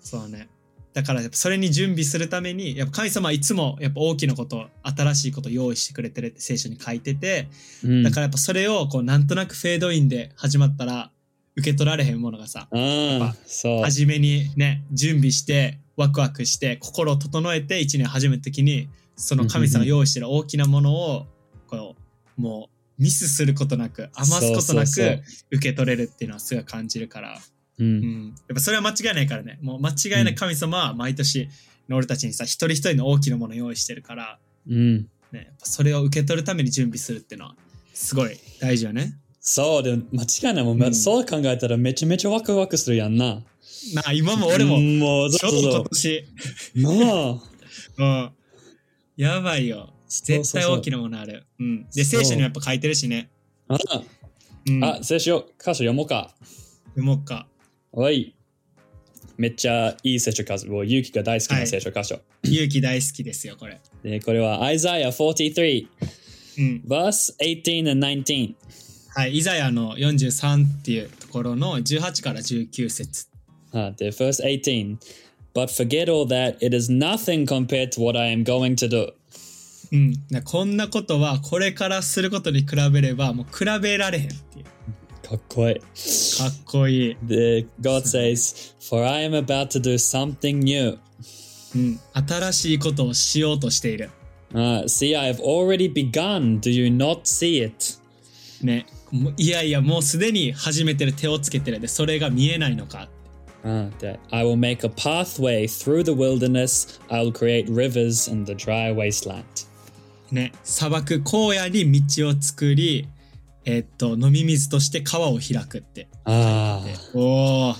S2: そうね。だからやっぱそれに準備するためにやっぱ神様はいつもやっぱ大きなことを新しいことを用意してくれてるって聖書に書いてて
S1: うん。
S2: だからやっぱそれをこうなんとなくフェードインで始まったら受け取られへんものがさ
S1: あ
S2: やっ
S1: あ、そう。
S2: 初めにね準備してワクワクして心を整えて一年始めた時にその神様が用意してる大きなものをこうもうミスすることなく余すことな
S1: そうそう
S2: く受け取れるっていうのはすごい感じるから、
S1: う。
S2: うんん、やっぱそれは間違いないからねもう間違いない神様は毎年俺たちにさ一人一人の大きなものを用意してるから、
S1: うん。
S2: ね、やっぱそれを受け取るために準備するっていうのはすごい大事よね。
S1: そう、でも間違いない。も
S2: う
S1: うんそう考えたらめちゃめちゃワクワクするやんな。
S2: なあ今も俺も、
S1: うんもう、
S2: ち
S1: そ
S2: ょ
S1: う
S2: っと
S1: そ
S2: 今
S1: う。
S2: 年
S1: なあ。
S2: うん。やばいよ。絶対大き
S1: な。
S2: なものある。うん。で、
S1: そう
S2: 聖書にもやっぱ書いてるしね。
S1: あ
S2: うん。
S1: あ、聖書、箇所読もうか。
S2: 読もうか。
S1: はい。めっちゃいい聖書箇所。もう、ゆうきが大好きな聖書箇所。
S2: 勇気大好きですよ、これ。
S1: で、これは、アイザヤ43、
S2: うん。
S1: verse 18 and 19。
S2: はい。イザヤの43っていうところの18から19節。
S1: Uh, the verse 18. But forget all that. It is nothing compared to what I am going to do.
S2: うん。なこんなことは、これからすることに比べれば、もう比べられへんっていう。
S1: かっこいい。
S2: かっこいい。
S1: The God says, For I am about to do something new.
S2: うん。新しいことをしようとしている。
S1: Uh, see, I have already begun. Do you not see it?
S2: ね。もういやいや、もうすでに始めてる手をつけてるで、それが見えないのか。
S1: Uh, that I will make a pathway through the wilderness. I will create rivers in the dry wasteland.
S2: ね、砂漠荒野に道を作り、えっと、飲み水として川を開くって。
S1: あ
S2: でおお、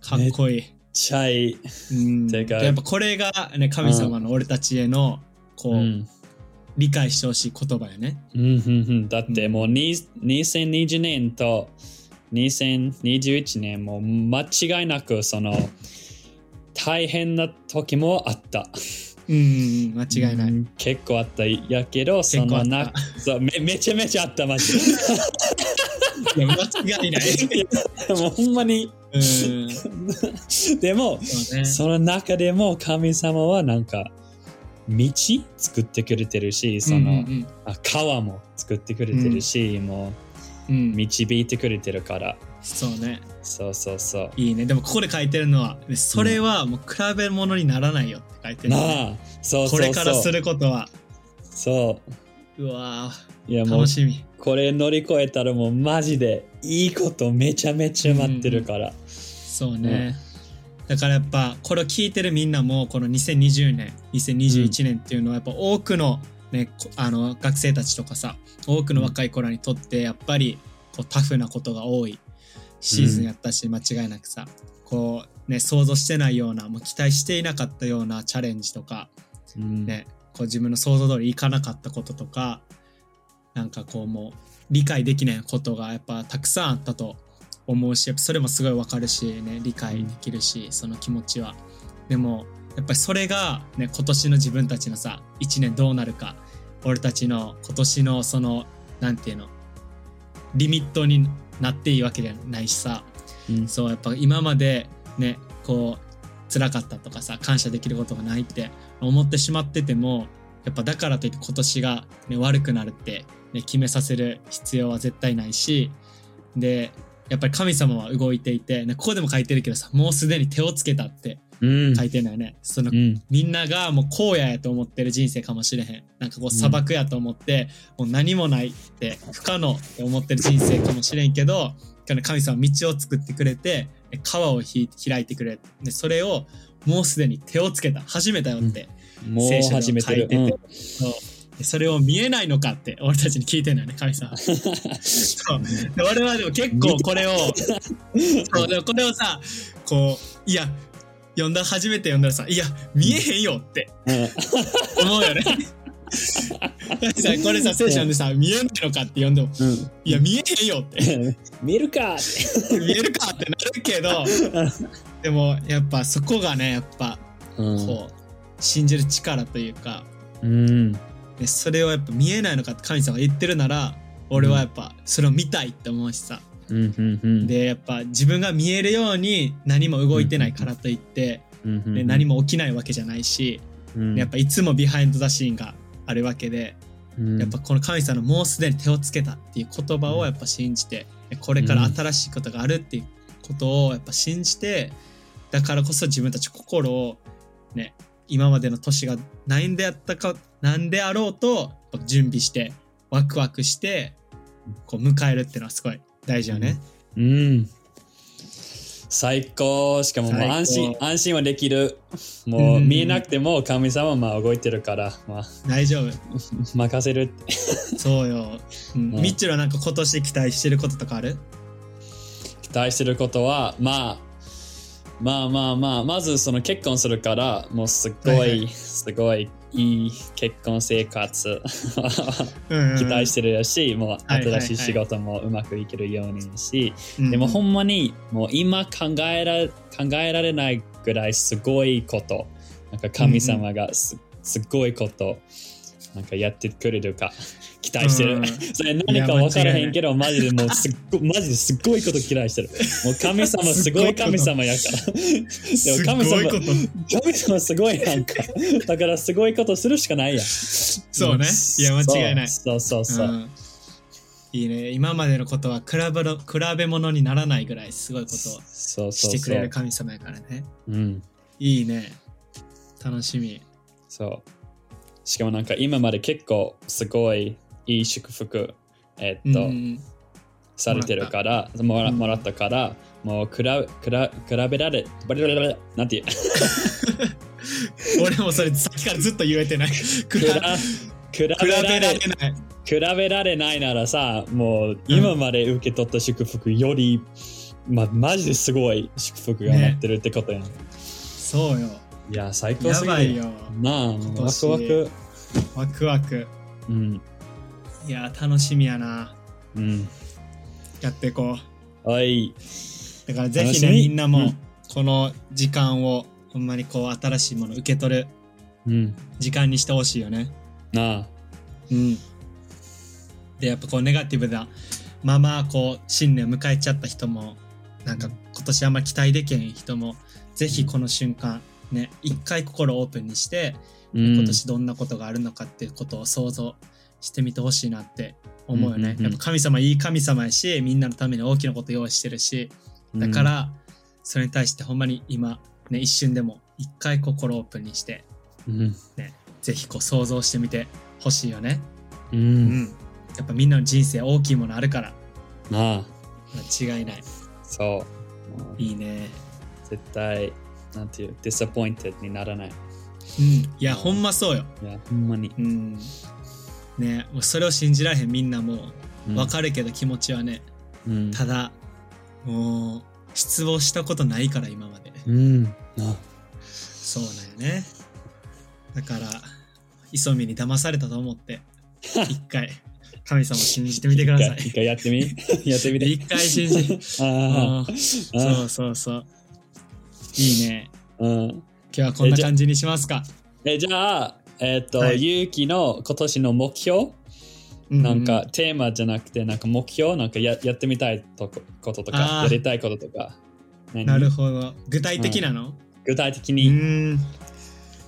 S2: かっこいい。
S1: あ、ちゃい。
S2: うん、
S1: てか
S2: やっぱこれが、ね、神様の俺たちへの、こう、
S1: Hmm.
S2: 理解してほしい言葉よね。
S1: だってもうに2020年と2021年も間違いなくその大変な時もあった。
S2: うんうん、うん間違いな
S1: う
S2: い。
S1: ん結構あったやけど、そ
S2: 結構あ
S1: の
S2: った
S1: なそうめめちゃめちゃあったマジで。
S2: いや、間違いない。
S1: もうほんまに。
S2: うん、そ
S1: でも、
S2: う ね。
S1: その中でも神様はなんか道作ってくれてるし、その、
S2: うんうん
S1: あ川も作ってくれてるし、も
S2: うん、う
S1: うん導いてくれてるから。
S2: そうね。
S1: そうそうそう。
S2: いいね。でも、ここで書いてるのは、ねそれはもう比べ物にならないよって書いてる、ね。
S1: なあ、そうそう
S2: こ
S1: そう。
S2: れからすることは、
S1: そう。
S2: うわ
S1: いや
S2: ー
S1: もう
S2: 楽、しみ。
S1: これ乗り越えたらもうマジでいいことめちゃめちゃ待ってるから。
S2: そうね、だからやっぱこれを聞いてるみんなもこの2020年2021年っていうのはやっぱ多くの,、ね、こあの学生たちとかさ多くの若い子らにとってやっぱりこうタフなことが多いシーズンやったし間違いなくさ、こうね想像してないようなもう期待していなかったようなチャレンジとか
S1: うん
S2: ねこう自分の想像通りいかなかったこととかなんかこうもう理解できないことがやっぱたくさんあったと思うしやっぱそれもすごいわかるしね理解できるし、その気持ちはでもやっぱりそれが、ね、今年の自分たちのさ1年どうなるか俺たちの今年のそのなんていうのリミットになっていいわけじゃないしさ、
S1: うん
S2: そうやっぱ今までねこう辛かったとかさ感謝できることがないって思ってしまっててもやっぱだからといって今年が、ね、悪くなるって、ね、決めさせる必要は絶対ないしでやっぱり神様は動いていて、ね、ここでも書いてるけどさもうすでに手をつけたって
S1: うん
S2: 書いてるのよね、その
S1: うん
S2: みんながもう荒野やと思ってる人生かもしれへんなんかこう砂漠やと思って、もう何もないって不可能って思ってる人生かもしれんけど神様は道を作ってくれて川をひ開いてくれでそれをもうすでに手をつけた始めたよって、
S1: もう始めてる
S2: 聖書でも書いてそうでそれを見えないのかって俺たちに聞いてるのよね神様そうで我々でも結構これをそうでもこれをさこういや読んだ初めて読んだらさ「いや見えへんよ」って
S1: うんうん
S2: 思うよね。さこれさ聖書でさ「見えないのか?」って読んでも
S1: うん
S2: 「いや見えへんよ」って
S1: 見るか
S2: 「見えるか?」ってなるけどでもやっぱそこがねやっぱ
S1: うん
S2: こう信じる力というか
S1: うん
S2: でそれをやっぱ見えないのかって神様が言ってるなら俺はやっぱそれを見たいって思うしさ
S1: うんうんうん
S2: でやっぱ自分が見えるように何も動いてないからといって、
S1: うんうん
S2: ね
S1: うん
S2: 何も起きないわけじゃないし、
S1: うん
S2: ねやっぱいつもビハインド・ザ・シーンがあるわけで、
S1: うん
S2: やっぱこの神様のもうすでに手をつけたっていう言葉をやっぱ信じてこれから新しいことがあるっていうことをやっぱ信じてだからこそ自分たち心をね今までの年が何であったか何であろうとやっぱ準備してワクワクしてこう迎えるっていうのはすごい大事よね。
S1: うん最高しかももう
S2: 最高
S1: 安心安心はできるもう
S2: うん
S1: 見えなくても神様はまあ動いてるからまあ
S2: 大丈夫
S1: 任せるって
S2: そうよ、うん
S1: うん
S2: ミッチェルはなんか今年期待してることとかある
S1: 期待してることはまあまあまあまあまずその結婚するからもうすごい、
S2: はいはい
S1: すごいいい結婚生活期待しててるしもう
S2: はいはいは
S1: 新
S2: い
S1: しい仕事もうまくいけるようにし、
S2: て、うん
S1: でもほんまにもう今考えら考えられないぐらいすごいことなんか神様がす,、すごいことなんかやってくれるか期待してる、
S2: うん
S1: それ何か分からへんけどマジでもうすっごマジですっごいこと期待してるもう神様すごい神様やから
S2: す
S1: でも神
S2: ごい
S1: 様
S2: こと
S1: 神様すごいなんかだからすごいことするしかないやん
S2: そうねいや間違いない
S1: そうそうそうそう、
S2: うんいいね今までのことは比べろ比べ物にならないぐらいすごいことを
S1: そう
S2: し
S1: そう
S2: てく
S1: そ
S2: れる
S1: う
S2: 神様やからね
S1: うん
S2: いいね楽しみ
S1: そう。しかもなんか今まで結構すごいいい祝福、えっと、
S2: うん
S1: されてるから、もら
S2: うん
S1: もらったから、もうくらくら比べられ、バリバリバリなんていう、
S2: 俺もそれさっきからずっと言 えてない比べ
S1: く
S2: 比
S1: ら比べら
S2: べら
S1: れ
S2: れない、
S1: 比べられないならさ、もう今まで受け取った祝福より、ま、マジですごい祝福が待ってるってことやん。
S2: そうよ
S1: いや、最高
S2: や
S1: すぎる。
S2: ばいよ
S1: なあ、
S2: 今
S1: ワ
S2: 年
S1: クワク。
S2: ワクワク
S1: うん。
S2: いや楽しみやな
S1: うん。
S2: やっていこう
S1: はい。
S2: だからぜひね
S1: 楽しみ
S2: みんな
S1: う
S2: も
S1: ん
S2: この時間をほんまにこう新しいもの受け取る
S1: うん。
S2: 時間にしてほしいよね
S1: なあ。
S2: うんでやっぱこうネガティブなままこう新年を迎えちゃった人もなんか今年あんま期待できへん人もぜひこの瞬間ね一回心をオープンにして
S1: うん
S2: 今年どんなことがあるのかっていうことを想像してみてほしいなって思うよね、
S1: うんうんうん
S2: やっぱ神様いい神様やしみんなのために大きなこと用意してるしだか、ら、それに対してほんまに今、ね、一瞬でも一回心をオープンにして、
S1: うん
S2: ぜひこう想像してみてほしいよね。
S1: う、
S2: うんん。やっぱみんなの人生大きいものあるから、
S1: なあ
S2: 間違いない。
S1: そうもう
S2: いいね。
S1: 絶対なんていうディサポインテッドにならない
S2: うん。いや、ほんまそうよ。
S1: いやほんまに
S2: うん。ね、もうそれを信じられへんみんなもう、わ
S1: る、
S2: かるけど気持ちはね、
S1: うん
S2: ただ、もう、失望したことないから今まで。
S1: うんなあ
S2: そうだよね。 だから、磯見に騙されたと思って、一回。神様信じてみてくださ
S1: 一回一回
S2: い。
S1: やってみやってみて。
S2: 一回信じ て。
S1: あ
S2: うん
S1: あ、
S2: そうそうそう。いいね。
S1: うん。
S2: 今日はこんな感じにしますか。
S1: えじゃあ、えっ、と、
S2: はい
S1: 勇気の今年の目標、
S2: うう
S1: なんかテーマじゃなくて、なんか目標、なんかややってみたいとここととか、
S2: あー
S1: やりたいこととか。何
S2: なるほど。具体的なの
S1: 具体的
S2: う
S1: に。
S2: ーん。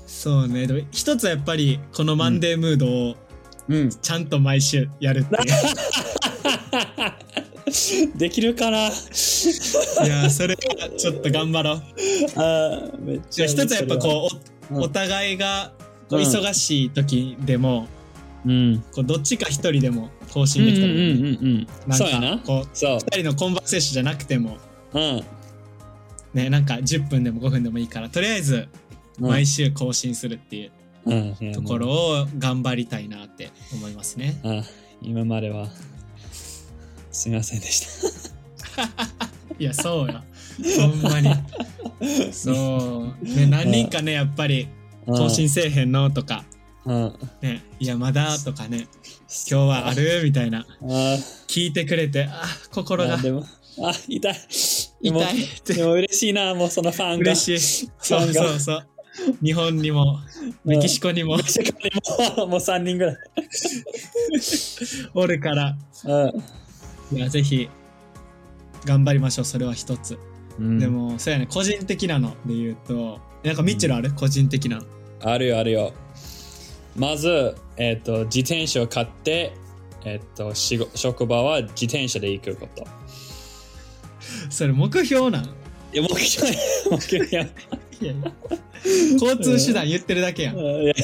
S2: そうね。でも一つはやっぱり、このマンデームードを
S1: うん。
S2: ちゃんと毎週やるっていう。
S1: できるかなあ
S2: いやー、それはちょっと頑張ろ う。
S1: ーめっち
S2: じ
S1: ゃ
S2: ゃあ一つはやっぱこう、
S1: うん
S2: おお互いがこう
S1: うん
S2: 忙しい時でも、
S1: う。うん。
S2: こうどっちか一人でも更
S1: うん
S2: 新
S1: うん
S2: できたらいいね、
S1: うんうん。そうや
S2: なん
S1: な
S2: か。こう、
S1: そう。
S2: 二人のコンバーセーションじゃなくても、
S1: うん。
S2: ね、なんか10分でも5分でもいいから、とりあえず
S1: うん
S2: 毎週更新するっていう
S1: うんいや
S2: ところ
S1: も
S2: を頑張りたいなって思いますね。
S1: うあ今まではすみませんでした。
S2: いや、そうよ。ほんまに。そう。ね、何人かね、やっぱり更新せえへんのとか、
S1: うん、うん、
S2: ね、いや、まだとかね、今日はあるみたいな。
S1: あ
S2: 聞いてくれて、あ、心が
S1: あでもあ痛いでも
S2: 痛いっ
S1: で
S2: て
S1: も嬉しいなもうそのファンが
S2: 嬉しい。
S1: ファ
S2: そう
S1: ンが
S2: そうそう。日本にも、メキシコにも
S1: メキシコにももう3人ぐらい、
S2: おるから、いや、ぜひ、頑張りましょう。それは一つ。
S1: うん、
S2: でも、そうやね、個人的なので言うと、なんかミッチェルある個人的なの。
S1: あるよあるよまず、えっと自転車を買って、えっと仕事職場は自転車で行くこと
S2: それ目標なん
S1: いや目標や目標や
S2: いやいや 交通手段言ってるだけやん。
S1: いやい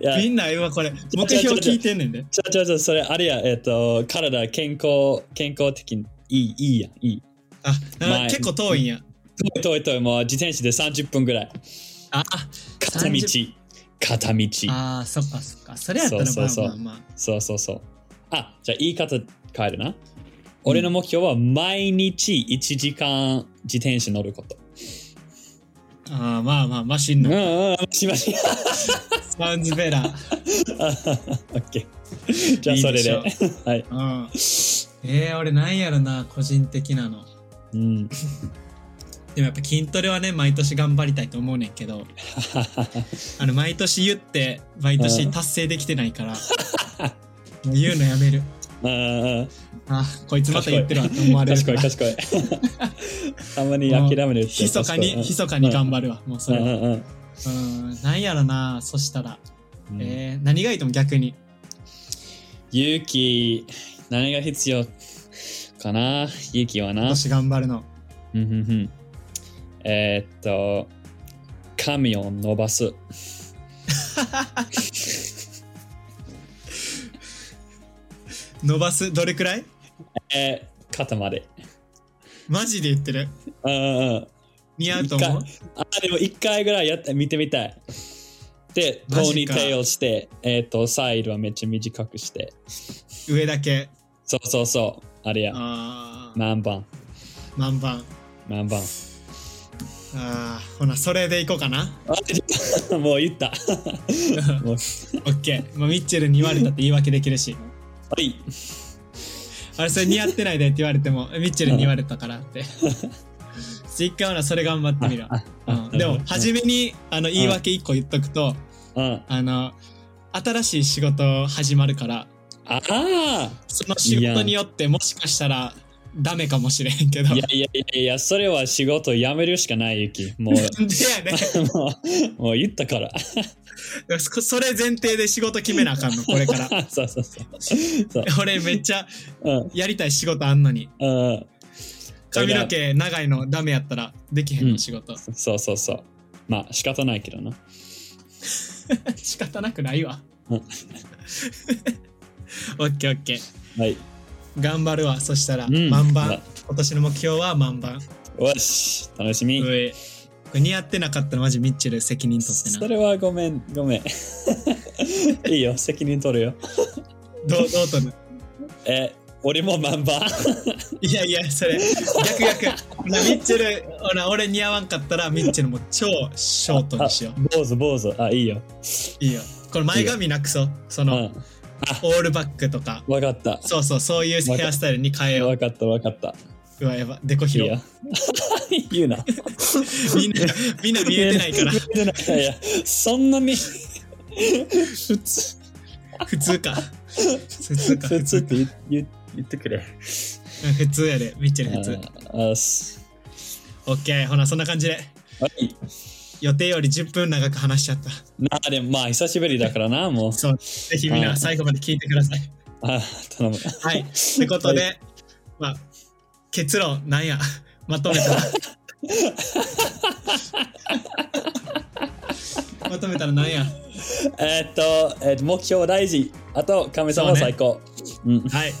S1: や
S2: みんな今これ、目標聞いてんねんで。
S1: ちょちょちょ、それあれや、えっ、と、体健康、健康的にいい、いいやん、いい。
S2: あ、なん
S1: 前
S2: か結構遠いんや。
S1: 遠い遠い遠い、もう自転車で30分ぐらい。
S2: あ、
S1: 片道。片道。
S2: あー、そっかそっか。それやったら
S1: そうそうそ
S2: まあ
S1: う
S2: まあま
S1: そうそうそう。あ、じゃあ言い方変えるな。俺の目標は毎日1時間自転車乗ること。
S2: あ。あーまあまあ、マシン
S1: うん
S2: の。
S1: うん、しまし。
S2: サウンズベラー。
S1: オッケー。 じゃあ
S2: いい
S1: そ
S2: で
S1: れ
S2: し
S1: で。
S2: ょう
S1: はい。
S2: うん。えー、俺なんやろな、個人的なの。
S1: うん。
S2: でもやっぱ筋トレはね、毎年頑張りたいと思うねん けど、あの、毎年言って、毎
S1: う
S2: 年
S1: ん
S2: 達成できてないから、もう言うのやめる。
S1: うんうんうん。
S2: あ、こいつまた言ってるわって思われるか
S1: 賢い
S2: ら。
S1: 賢い。たまに諦めるって。
S2: ひそかに、ひそかに頑張るわ、もうそ
S1: うん
S2: れ
S1: う
S2: は。
S1: んうん
S2: うん、なんやろな、そしたら。
S1: うん。
S2: えー、何がいいとも逆に。
S1: 勇気、何が必要かな勇気は
S2: 今
S1: な。
S2: 年頑張るの。
S1: うんうんうんえーっと、髪を伸ばす。
S2: 伸ばす、どれくらい
S1: えー、肩まで。
S2: マジで言ってる。
S1: うんうんうん。
S2: 似合うと思う
S1: あ、でも一回ぐらいやって見てみたい。で、ポ
S2: マ
S1: ー
S2: ジ
S1: ニー
S2: か
S1: テールして、えーっと、サイドはめっちゃ短くして。
S2: 上だけ。
S1: そうそうそう。あれや。
S2: ああ、
S1: 何番
S2: 満番。
S1: 何番
S2: ああ、ほな、それでいこうかな。
S1: あちょっともう言 った。もう
S2: オッケー。まあ、ミッチェルに言われたって言い訳できるし。
S1: はい。
S2: あれ、それ似合ってないでって言われて も、えミッチェルに言われたからって。 一回ほな、それ頑張ってみるわ。うん、でも、初めに、あの、言い訳一個言っとくと、
S1: うん。
S2: あの、新しい仕事始まるから、
S1: ああ
S2: その仕事によってもしかしたら、ダメかもしれへんけど。
S1: いやいやいやいや、それは仕事辞めるしかない、ゆき。もう、
S2: なんでやねん。
S1: もう、もう言ったから。
S2: そそれ前提で仕事決めなあかんの、これ から。
S1: そうそうそう。そう。
S2: 俺めっちゃ
S1: うん。
S2: やりたい仕事あんのに。
S1: うん。
S2: 髪の毛長いのダメやったらできへん
S1: う
S2: の
S1: ん
S2: 仕事。
S1: そうそうそう。まあ、仕方ないけどな。
S2: 仕方なくないわ。
S1: うん
S2: オッケーオッケー。
S1: はい。
S2: 頑張るわ。そしたら、
S1: うん
S2: 万
S1: う
S2: 番
S1: わ。
S2: 今年の目標は万番。
S1: よし、楽しみ。
S2: うえこれ似合ってなかったらマジミッチェル責任取って
S1: そ
S2: な。
S1: れはごめん、ごめん。 いいよ、責任取るよ。
S2: どうどうとる
S1: え、俺もマンバー。
S2: いやいや、それ逆逆。ほなミッチェル、ほな 俺似合わんかったらミッチェルも超ショートにしよう。
S1: 坊主、坊主。あ、いいよ。
S2: いいよ。この前髪なくそう。そ
S1: うん。
S2: の、
S1: あ、
S2: オールバックとか。
S1: わかった。
S2: そうそう、そういうヘアスタイルに変えよ
S1: わかったわかった。
S2: う。うわ、やば、デコ
S1: いい
S2: 広
S1: や。 言うな。
S2: みんな、みんな見えてないから
S1: 見、えてないいやい や、そんなに普通、
S2: 普通か。普通か。
S1: 普
S2: 普
S1: 通っ
S2: 通
S1: て言言言ってくれ。
S2: うん普通やで、ミッチェル普通。
S1: ああす
S2: オッケー、ほな、そんな感じで。
S1: はい。
S2: 予定より10分長く話しちゃった。
S1: なあ、でもまあ、久しぶりだからな、もう。
S2: そう、ぜひみん
S1: あー
S2: な最後まで聞いてください。
S1: あ頼む。
S2: はい。ってことで、まあ、結論、なんや、 まとめたら。まとめたらなんや。
S1: えーっと、えーっと目標大事。あと、神様最高。う
S2: はい。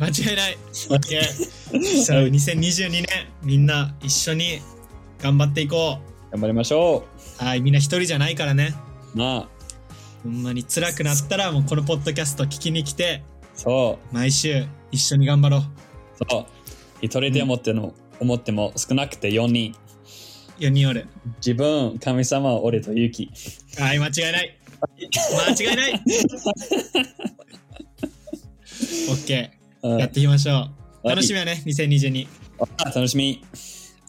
S2: 間違いない。OK。さあ、2022年、みんな一緒に頑張っていこ
S1: ん。頑張りましょ
S2: う。はい。みんな一人じゃないからね。
S1: う。まあ、
S2: ほんまに辛くなったら、もうこのポッドキャスト聞きに来て、
S1: そう。
S2: 毎週一緒に頑張ろう。
S1: そう。一人でもっての、思っても少なくて4人。
S2: 4人おる。
S1: 自分、神様、俺とユキ。
S2: はい、間違いない。間違いない。オッケ
S1: う
S2: ー、
S1: ん
S2: やっていきましょう。楽しみやね、2022。
S1: あ楽しみ。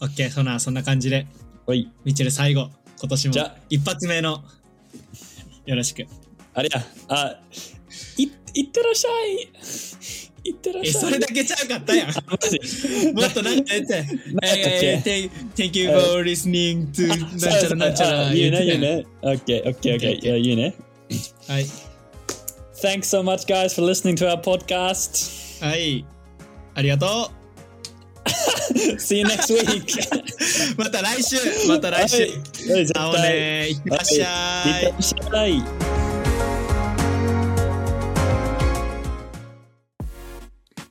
S2: オッケー、そんなそんな感じで、
S1: はい。
S2: ミッチェル最後、今年も
S1: じゃ
S2: 一発目のよろしく。
S1: あれや、あ、い、いってらっしゃい。いってらっ
S2: え、
S1: しゃい。
S2: それだけちゃう かったやん。
S1: マジ
S2: もっとなんか言っ
S1: なんだ
S2: て。
S1: っけ
S2: えー、thank- Thank you for listening to なんちゃらなんちゃら。
S1: あ言うね、言
S2: 言
S1: う
S2: うて
S1: ね。OK、OK、
S2: Okay,
S1: OK。
S2: okay.
S1: いや言うね。
S2: たやん。はい。
S1: Thanks so much, guys, for listening to our podcast.
S2: はい。ありがと
S1: See you next week.
S2: う。また来週。また 来週。
S1: はい
S2: 会おうね。いってらっしゃい。
S1: 絶対はいいってらっしゃい。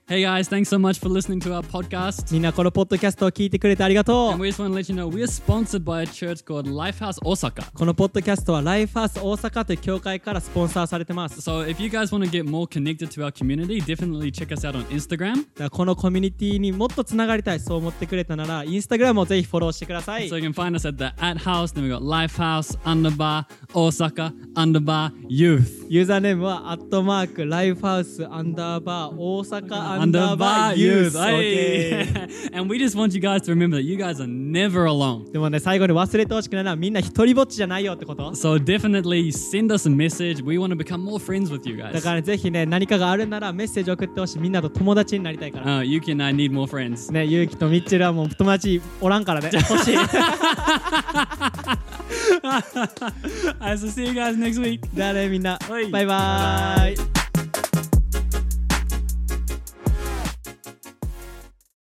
S3: Hey guys, thanks so much for listening to our podcast.
S2: みんなこのポッドキャストを聞いてくれてありがと
S3: And
S2: う
S3: we just want to let you know we are sponsored by a church called Lifehouse Osaka.
S2: このポッドキャストはライフハウス大阪という教会からスポンサーされてますだか
S3: So if you guys want to get more connected to our community, definitely check us out on Instagram
S2: らこのコミュニティにもっとつながりたいそう思ってくれたならインスタグラムをぜひフォローしてください
S3: So you can find us at the at house. Then we got Lifehouse underbar Osaka underbar youth.
S2: ユーザーネームはアットマークライフハウスアンダーバー大阪アンダーバー
S3: Underbar
S2: ユース
S3: youth.
S2: オーケ
S3: Hey. and we just want you guys to remember that you guys are never alone.
S2: ーでもね最後に忘れてほしくないのはみんな一人ぼっちじゃないよって ことだ
S3: So definitely send us a message. We want to become more friends with you
S2: か
S3: guys.
S2: らぜひね何かがあるならメッセージ送ってほしいみんなと友達になりたいから、
S3: Uh, Yuki and I need more friends.
S2: ねゆうきとミッチェルはもう友達おらんからね欲しい
S3: Alright, so see you guys next week.
S2: じゃあねみんな
S3: はい
S2: バイバーイ